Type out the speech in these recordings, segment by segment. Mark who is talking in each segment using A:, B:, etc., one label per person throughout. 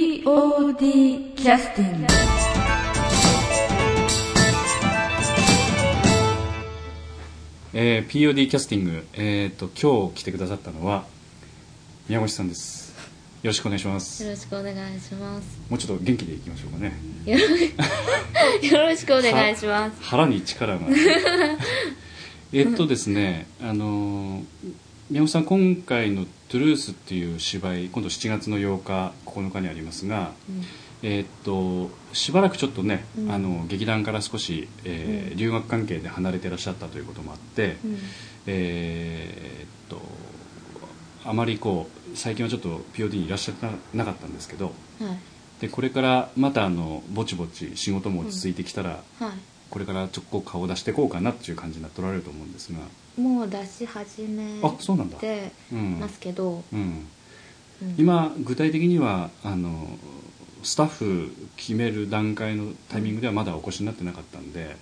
A: POD キャスティング
B: えー POD キャスティング、えー、と今日来てくださったのは宮越さんですよろしくお願いします
C: よろしくお願いします。
B: もうちょっと元気でいきましょうかね
C: よろよろしくお願いし
B: は
C: ます。
B: 腹に力 がえっとですね、あのー宮本さん今回の「トゥルース」っていう芝居今度7月の8日9日にありますが、えっとしばらくちょっとね、
C: うん
B: あの劇団から少し、えー留学関係で離れてらっしゃったということもあって、
C: うん
B: えーっとあまりこう最近はちょっと POD にいらっしゃらなかったんですけど
C: はい
B: でこれからまたあのぼちぼち仕事も落ち着いてきたら、
C: はい。
B: これからちょっと顔を出していこうかなっていう感じになっておられると思うんですが、
C: もう出し始め
B: あそうなんだ、
C: て
B: うん
C: ますけど、
B: うん、
C: うん
B: 今具体的にはあのスタッフ決める段階のタイミングではまだお越しになってなかったんで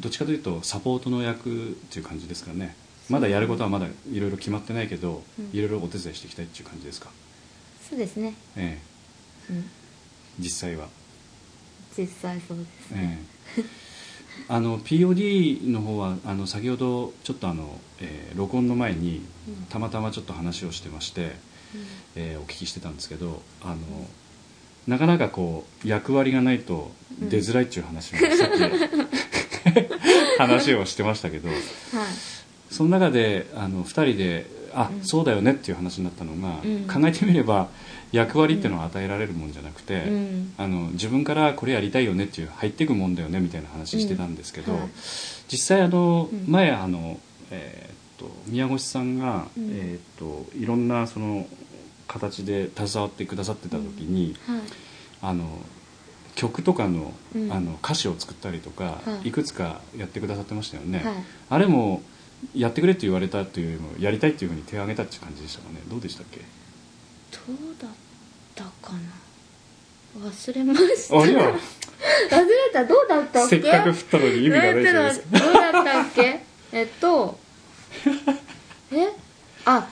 B: どっちかというとサポートの役っていう感じですかねまだやることはまだいろいろ決まってないけど、
C: うん
B: いろいろお手伝いしていきたいっていう感じですか、
C: そうですね。
B: ええ、
C: うん
B: 実際は、
C: 実際そうです。
B: ええ、 あの POD の方はあの先ほどちょっとあの、えー録音の前に
C: うん
B: たまたまちょっと話をしてまして、
C: うん
B: えーお聞きしてたんですけどあのなかなかこう役割がないと出づらいっていう話もさっき、話をしてましたけど
C: はい。
B: その中であの2人で「あ、
C: うん
B: そうだよね」っていう話になったのが、
C: うん
B: 考えてみれば役割っていうのは与えられるもんじゃなくて、
C: うん
B: あの自分からこれやりたいよねっていう入っていくもんだよねみたいな話してたんですけど、
C: うんはい
B: 実際あの、
C: うん
B: 前あの、えーっと宮越さんが、
C: うん
B: えーっといろんなその形で携わってくださってた時に、
C: はい。
B: あの曲とかの,、
C: うん
B: あの歌詞を作ったりとか、
C: はい
B: い、くつかやってくださってましたよね、
C: はい
B: あれもやってくれって言われたというよりもやりたいっていうふうに手を挙げたっていう感じでしたかねどうでしたっけ
C: どうだったかな。忘れました。
B: あ
C: 忘
B: い
C: れ
B: や
C: た。どうだったっ
B: せ
C: け？
B: っかく振ったのに意味がないじゃないですか
C: えーちょっとどうだったっけえっとえあ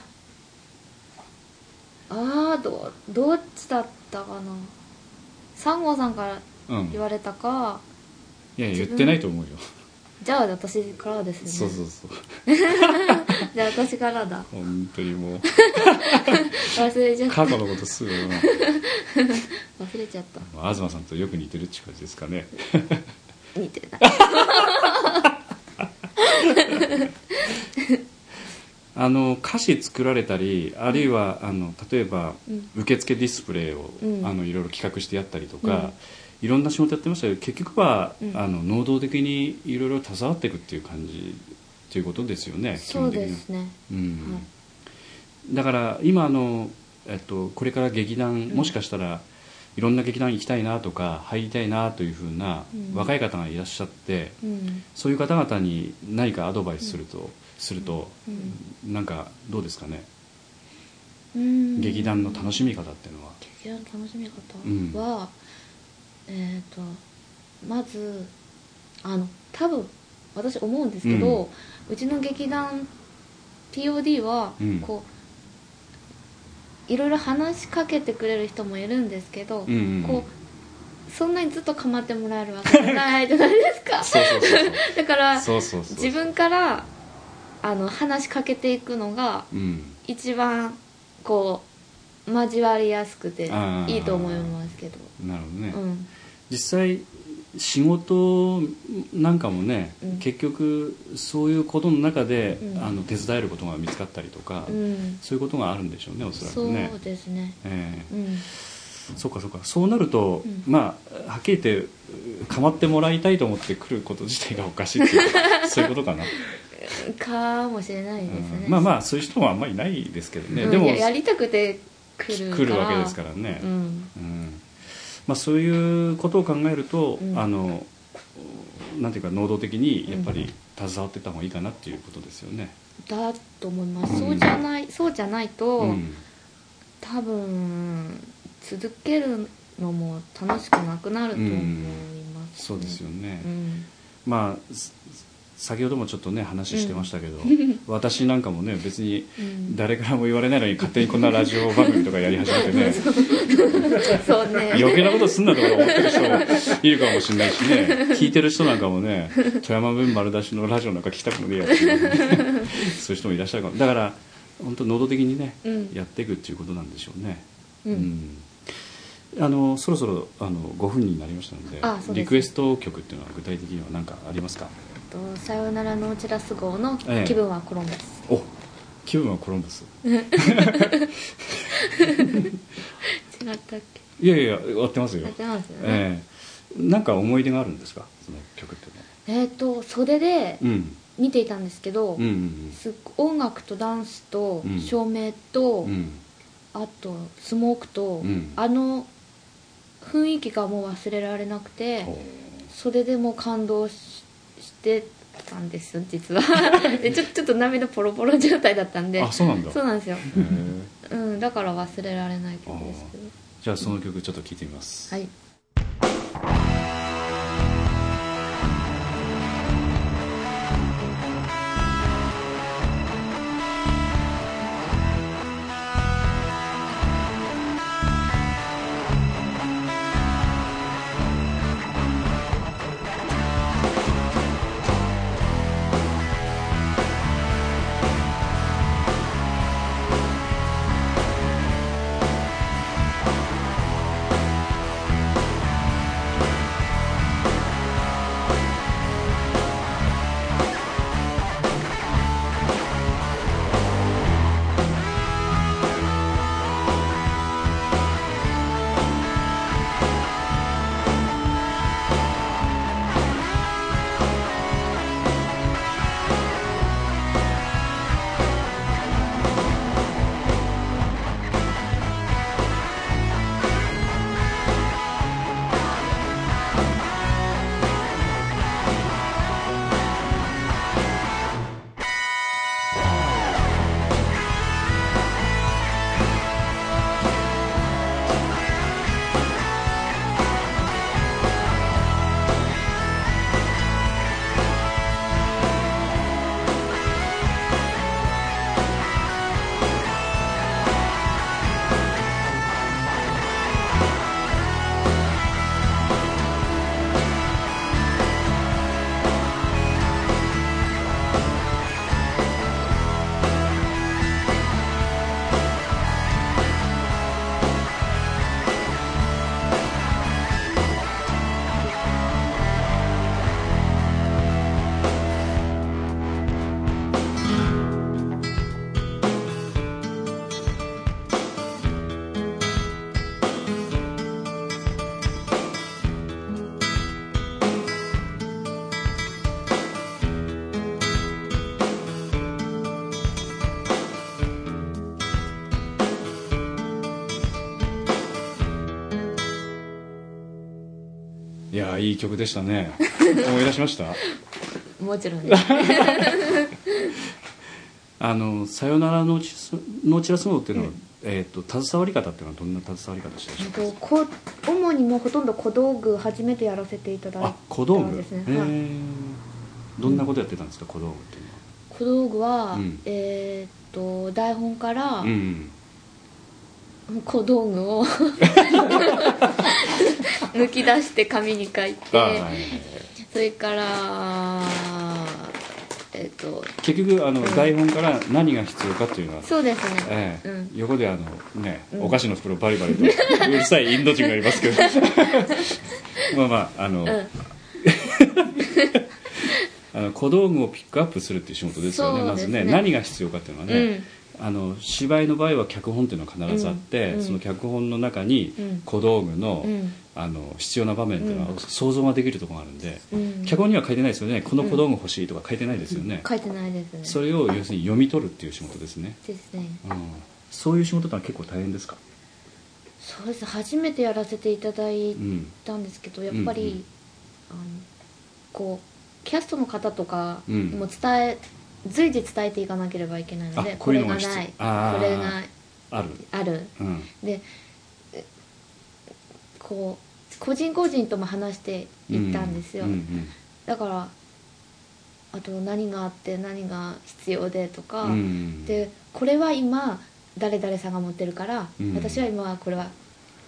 C: あーどどっちだったかな三郷さんから
B: うん
C: 言われたか、
B: いや言ってないと思うよ
C: じゃあ私からですね
B: そうそうそう
C: じゃあ私からだ
B: 本当にも う
C: 忘れちゃった
B: 過去のことすぐな
C: 忘れちゃった
B: まあ東さんとよく似てるっていう感じですかね
C: 似てない
B: あの歌詞作られたりあるいはあの例えば、
C: うん
B: 受付ディスプレイを、
C: うん
B: あのいろいろ企画してやったりとか、いろんな仕事やってましたけど結局は、
C: うん
B: あの能動的にいろいろ携わっていくっていう感じっていうことですよね基
C: そう
B: 本的
C: で
B: には
C: すね
B: うん
C: は
B: だから今あの、えっと、これから劇団もしかしたらいろんな劇団行きたいなとか入りたいなというふうな
C: うん
B: 若い方がいらっしゃって、
C: うん
B: そういう方々に何かアドバイスすると、すると、
C: うん
B: なんかどうですかね、
C: うん
B: 劇団の楽しみ方っていうのは、
C: 劇団の楽しみ
B: うん
C: 方は、えっ、とまずあの多分私思うんですけど、うちの劇団 POD は
B: うん
C: こう、いろいろ話しかけてくれる人もいるんですけど、
B: うんうんうん
C: こうそんなにずっと構ってもらえるわけじゃないじゃないです か
B: そうそうそう そう
C: だから
B: そうそうそう
C: 自分からあの話しかけていくのが
B: うん
C: 一番こう交わりやすくて
B: あー
C: いいと思いますけど
B: なるほどね、
C: うん
B: 実際仕事なんかもね、
C: うん
B: 結局そういうことの中で、
C: うん
B: あの手伝えることが見つかったりとか、
C: うん
B: そういうことがあるんでしょうねおそら
C: そ
B: くね
C: うですね
B: ええ
C: うん
B: そうかそうかそうなると、
C: うん
B: まあはっきり言って構ってもらいたいと思って来ること自体がおかしいっていう そういうことかな、
C: かもしれないですね
B: うんまあまあそういう人もあんまりいないですけどね、
C: うん
B: でも
C: ややりたくて来る
B: 来るわけですからね、
C: うん
B: うんまあ、そういうことを考えると、
C: うん
B: あのなんていうか能動的にやっぱり携わってた方がいいかなっていうことですよね。
C: だと思います、
B: うん
C: そうじゃないそうじゃないと、
B: うん
C: 多分続けるのも楽しくなくなると思います、
B: そうですよね、
C: うん
B: まあす先ほどもちょっとね話してましたけど、 私なんかもね別に
C: うん
B: 誰からも言われないのに勝手にこんなラジオ番組とかやり始 めてね
C: そうね
B: 余計なことすんなとか思ってる人もいるかもしれないし ね聞いてる人なんかもね富山弁丸出しのラジオなんか聞きたくもねえやっていうね そういう人もいらっしゃるかもだから本当能動的にね、
C: うん
B: やっていくっていうことなんでしょうね
C: うん
B: うんあのそろそろあの5分になりましたので
C: あそうで
B: リ
C: す
B: クエスト曲っていうのは具体的には何かありますか
C: と「さよならのチラス号」の「気分はコロンバス
B: お気分はコロンバス」
C: 違ったっけ
B: いやいや合ってますよ
C: やってますよ
B: え
C: ね
B: えなんか思い出があるんですかその曲ってね
C: えっ、と袖で
B: うん
C: 見ていたんですけど、
B: うんうん
C: すっご音楽とダンスと
B: うん
C: 照明と、
B: うんうん
C: あとスモークと、
B: うん
C: あの雰囲気がもう忘れられなくて
B: お
C: 袖でもう感動ししてたんですよ実 はでちょちょっと涙ポロポロ状態だったんで
B: あそうなんだ
C: そうなんですよ、
B: へえ
C: うん、だから忘れられない曲ですけど
B: じゃあその曲ちょっと聴いてみます、
C: はい
B: い、やーいい曲でしたね 思い出しました
C: もちろんです
B: あの「さよならのちのちら相撲」っていうのは、えー、と携わり方っていうのはどんな携わり方してるんで
C: え
B: しょ
C: っ
B: う
C: とこ主にもうほとんど小道具初めてやらせていただい
B: かあ小
C: た
B: 道
C: ん
B: 具、
C: ですね、
B: へ
C: はい
B: えどんなことやってたんですか小道具っていうのは
C: 小道具は、
B: うん
C: えーっと台本から
B: うんうん
C: 小道具 を抜き出して紙に書いて
B: あーはいはいはい
C: それからえーっと
B: 結局あの、
C: ん
B: 台本から何が必要かっていうのは
C: そうです
B: え
C: ね、
B: え
C: うん
B: 横であのね、
C: うん
B: お菓子の袋バリバリとうるさいインド人がいます けどまあまああの,、
C: うん
B: あの小道具をピックアップするっていう仕事ですよね
C: そう
B: ま
C: で
B: ず
C: すね
B: ね何が必要かっていうのはね、あの芝居の場合は脚本っていうのは必ずあって、
C: うん
B: その脚本の中に
C: うん
B: 小道具の,、
C: うん
B: あの必要な場面っていうの
C: う
B: は想像ができるところがあるんで、
C: うん
B: 脚本には書いてないですよねこの小道具欲しいとか書いてないですよね、
C: 書いてないですね
B: それを要するに読み取るっていう仕事ですね、
C: ですね
B: うん、そういう仕事ってのは結構大変ですか
C: そうです初めてやらせていただい
B: うん
C: たんですけどやっぱり、あのこうキャストの方とか
B: うん
C: にも伝え、随時伝えていかなければいけないので
B: あこ
C: こ
B: ういう
C: れ
B: の
C: が
B: が必要
C: ない
B: あー
C: これが
B: ある
C: ある
B: うん
C: でえこう個人個人とも話していったんですよ、
B: うん
C: だからああと何があって何が必要でとか、
B: うん
C: でこれは今誰々さんが持ってるから、
B: うん
C: 私は今これは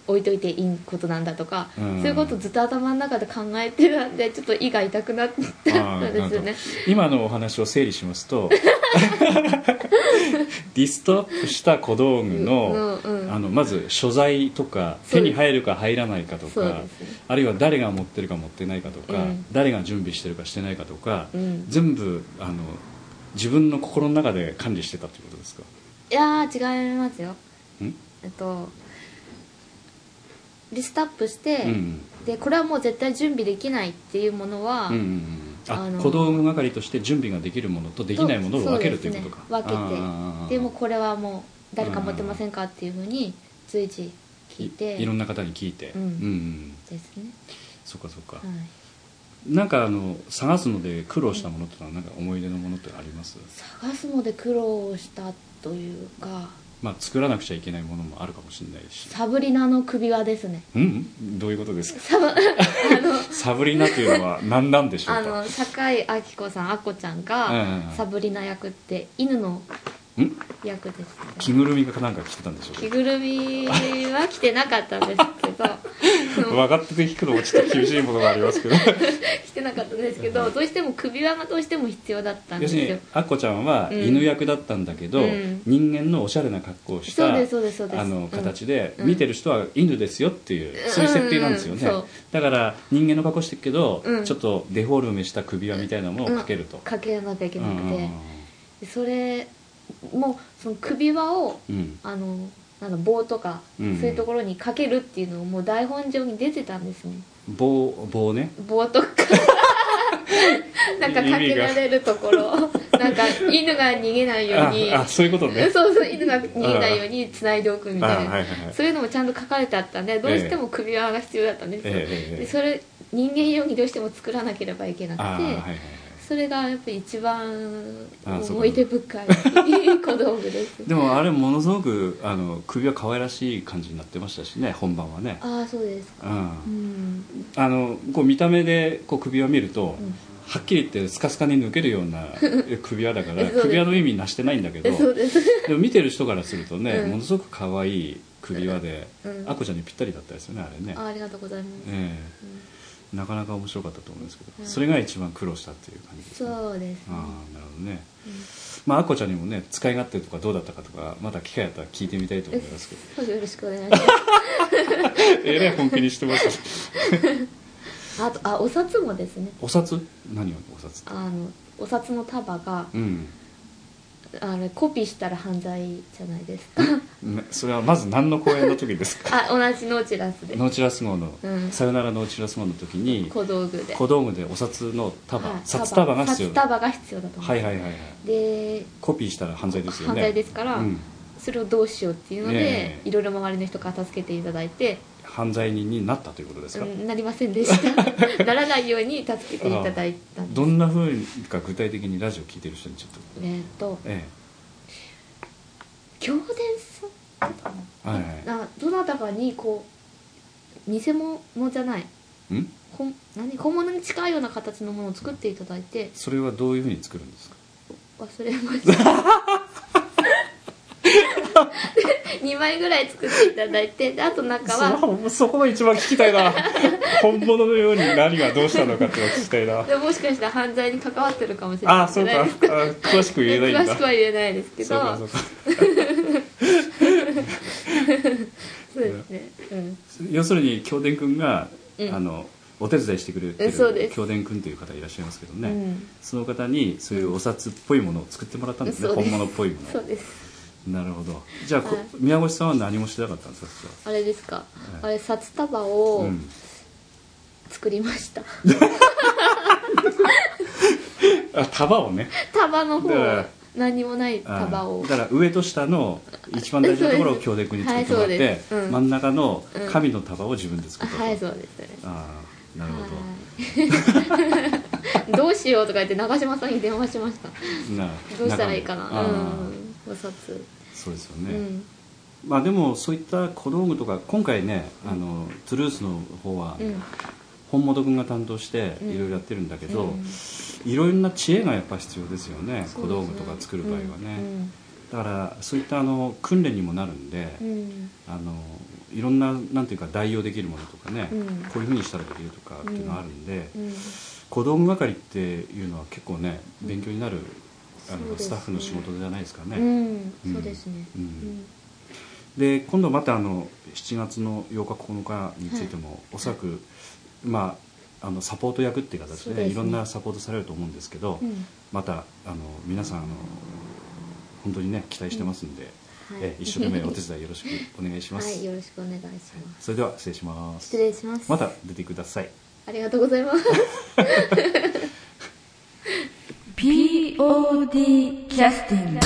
C: 置いといていいことなんだとか、
B: うん
C: そういうことをずっと頭の中で考えてたんでちょっと胃が痛くなったん
B: あー
C: ですよ
B: なる
C: ね
B: ほど今のお話を整理しますと リストアップした小道具の,、
C: うんうん
B: あのまず所在とか
C: そう
B: 手に入るか入らないかと
C: そう
B: か
C: ですね
B: あるいは誰が持ってるか持ってないかとか、
C: うん
B: 誰が準備してるかしてないかとか、
C: うん
B: 全部あの自分の心の中で管理してたってことですか
C: いやー違いますよ
B: ん
C: えっとリストアップして、
B: うん
C: でこれはもう絶対準備できないっていうものは、
B: うんうんうんあ
C: あの
B: 小道具係として準備ができるものとできないものを分けると
C: そ
B: いうう
C: で
B: こ
C: す
B: と
C: ね
B: か、
C: 分けてでもこれはもう誰か持ってませんかっていうふうに随時聞いて
B: いいろんな方に聞いて、
C: うん
B: ん
C: ですね、
B: そっかそっか、
C: はい、
B: なんかあの探すので苦労したものってのはなんか思い出のものってあります、
C: 探すので苦労したというか
B: まあ、作らなくちゃいけないものもあるかもしれないし
C: サブリナの首輪ですね
B: うんどういうことですか
C: サブ あ
B: サブリナというのは何なんでしょ
C: のあ
B: うか
C: の酒井明子さんあこちゃ
B: う
C: ん
B: んうんう
C: が
B: ん
C: サブリナ役って犬の
B: ん
C: 役です
B: 着ぐるみかなんか着てたんでしょ
C: 着
B: う
C: ぐるみは着てなかったんですけ ど
B: か分かってて聞くのもちょっと厳しいものがありますけど
C: 着てなかったんですけどどうしても首輪がどうしても必要だったんで
B: 要す
C: す
B: るに
C: よ
B: アッコちゃんは
C: うん
B: 犬役だったんだけど、
C: うん
B: 人間のおしゃれな格好をし
C: そう
B: た
C: ですそうですそうです
B: あの形で、
C: うん
B: 見てる人は犬ですよっていう、
C: うん
B: そういう設定なんですよね、
C: うんそう
B: だから人間の格好してるけど、
C: うん
B: ちょっとデフォルメした首輪みたいなのをかけると、
C: うんかけなきゃいけなくて、
B: う
C: でそれもうその首輪を
B: んうん
C: あのなんだ棒とか、
B: うん
C: そういうところにかけるっていうのをもう台本上に出てたんですね
B: 棒棒ね
C: 棒 とかなんかかけられるところなんか犬が逃げないよう
B: あ
C: に
B: あそういうことね
C: そうそう犬が逃げないように繋いでおく みたいな、
B: あはいはいはい
C: そういうのもちゃんと書かれてあったんでどうしても首輪が必要だったんですよ、
B: ええ
C: でそれ人間用にどうしても作らなければいけなくて、
B: あはいはいはい
C: それがやっぱ一番
B: あそうか
C: 思い出深い小道具 です
B: でもあれものすごくあの首は可愛らしい感じになってましたしね本番はね
C: ああそうです
B: う
C: かうんん
B: あのこう見た目でこう首を見ると、
C: ん
B: はっきり言ってスカスカに抜けるよう な首輪だか
C: え
B: ら
C: そうです
B: 首輪の意味なしてないんだけど
C: えそうです
B: でも見てる人からするとね、
C: うん
B: ものすごく可愛い首輪で、
C: うん
B: あこちゃんにぴったりだったですよ ねあれね
C: あありがとうございます、
B: え
C: う
B: え
C: ん
B: なかなか面白かったと思うんですけど、
C: うん
B: それが一番苦労したっていう感じですね
C: そうですね
B: ああなるほどね、まあアッコちゃんにもね使い勝手とかどうだったかとかまた機会あったら聞いてみたいと思いますけ ど
C: うんよろしくお願いしま
B: えらい本気にしてます
C: すあとあお札もですね
B: お札何をお札って
C: あのお札の束が
B: うん、
C: あのコピーしたら犯罪じゃないですか
B: ねそれはまず何の公演の時ですか
C: あ同じノーチラスで
B: ノーチラス号の、
C: うん
B: さよならノーチラス号の時に
C: 小道具で
B: 小道具でお札の束、
C: はい
B: 札束が必要
C: 札束が必要だと思う
B: はいはいはいはい
C: で
B: コピーしたら犯罪ですよね
C: 犯罪ですから、
B: うん
C: それをどうしようっていうので、
B: ええ
C: いろいろ周りの人から助けていただいて、
B: 犯罪人になったということです
C: う
B: か、
C: んなりませんでし たならないように助けていただいたんで
B: どんなふうか具体的にラジオ聞いてる人にちょっと
C: えーっと
B: え
C: 教伝さんだったか
B: えはいは
C: ななどなたかにこう偽物じゃない
B: いん
C: 本何本物に近いような形のものを作っていただいて
B: それはどういうふうに作るんですか
C: 忘れました 2枚ぐらい作っていただいてであと中は
B: そそこが一番聞きたい な本物のように何がどうしたのかっていうのを聞きたい な
C: でももしかしたら犯罪に関わってるかもしれ
B: あ
C: な
B: あ
C: いじ
B: そ
C: ゃ
B: う
C: な
B: か
C: い
B: あ
C: ですか
B: 詳しく言えないんだ
C: 詳しくは言えないですけ
B: そう
C: ど
B: か
C: そ
B: そううか
C: ですね、うん、
B: 要するに京伝くんが、
C: うん
B: あのお手伝いしてくれて
C: えそうで
B: る
C: す
B: 京伝くんという方いらっしゃいますけどね、
C: うん
B: その方にそういうお札っぽいものを作ってもらったんですね
C: そうです
B: 本物っぽいも
C: そうです
B: のなるほどじゃあ、こ
C: はい
B: 宮越さんは何もしてなかったんですかそしたら
C: あれですか、
B: ええ
C: あれ札束を
B: うん
C: 作りました、
B: あ束をね
C: 束の方
B: だから
C: 何もない
B: あー
C: 束を
B: だから上と下の一番大事なところを強敵に作ってもらっ
C: は
B: て
C: いそうですうん
B: 真ん中の神の束を自分で作ったと、
C: はいそうですね
B: ああなるほど、
C: はい どうしようとか言って長嶋さんに電話しました
B: な
C: どうしたらいいかな
B: 中
C: う
B: の
C: んお札、
B: あーそうですよ
C: う
B: ね、
C: ん
B: まあでもそういった小道具とか今回ねあのトゥルースの方は、
C: うん
B: 本本君が担当して
C: うん
B: いろいろやってるんだけ
C: う
B: ど
C: ん
B: いろいろな知恵がやっぱ必要ですよね
C: そう
B: 小
C: ですね
B: 道具とか作る場合は
C: う
B: ね
C: ん
B: だからそういったあの訓練にもなるんで
C: うん
B: あのいろんななんていうか代用できるものとかね
C: うん
B: こういうふうにしたらできるとかっていうのがあるんで
C: うん
B: 小道具係っていうのは結構ね勉強になるあ
C: そう
B: の
C: で
B: ス
C: すね
B: タッフの仕事じゃないですかね。
C: うんそうですね
B: うん
C: うん
B: で今度またあの7月の8日9日についても、おそらく、まあ、あのサポート役っていう形
C: そ
B: で,、
C: うですね
B: いろんなサポートされると思うんですけど、
C: うん
B: またあの皆さんあの本当にね期待してますんで、
C: はい
B: え一生懸命お手伝いよろしくお願いします、
C: はいよろしくお願いします
B: それでは失礼します
C: 失礼します
B: また出てください
C: ありがとうございます
A: POD キャスティング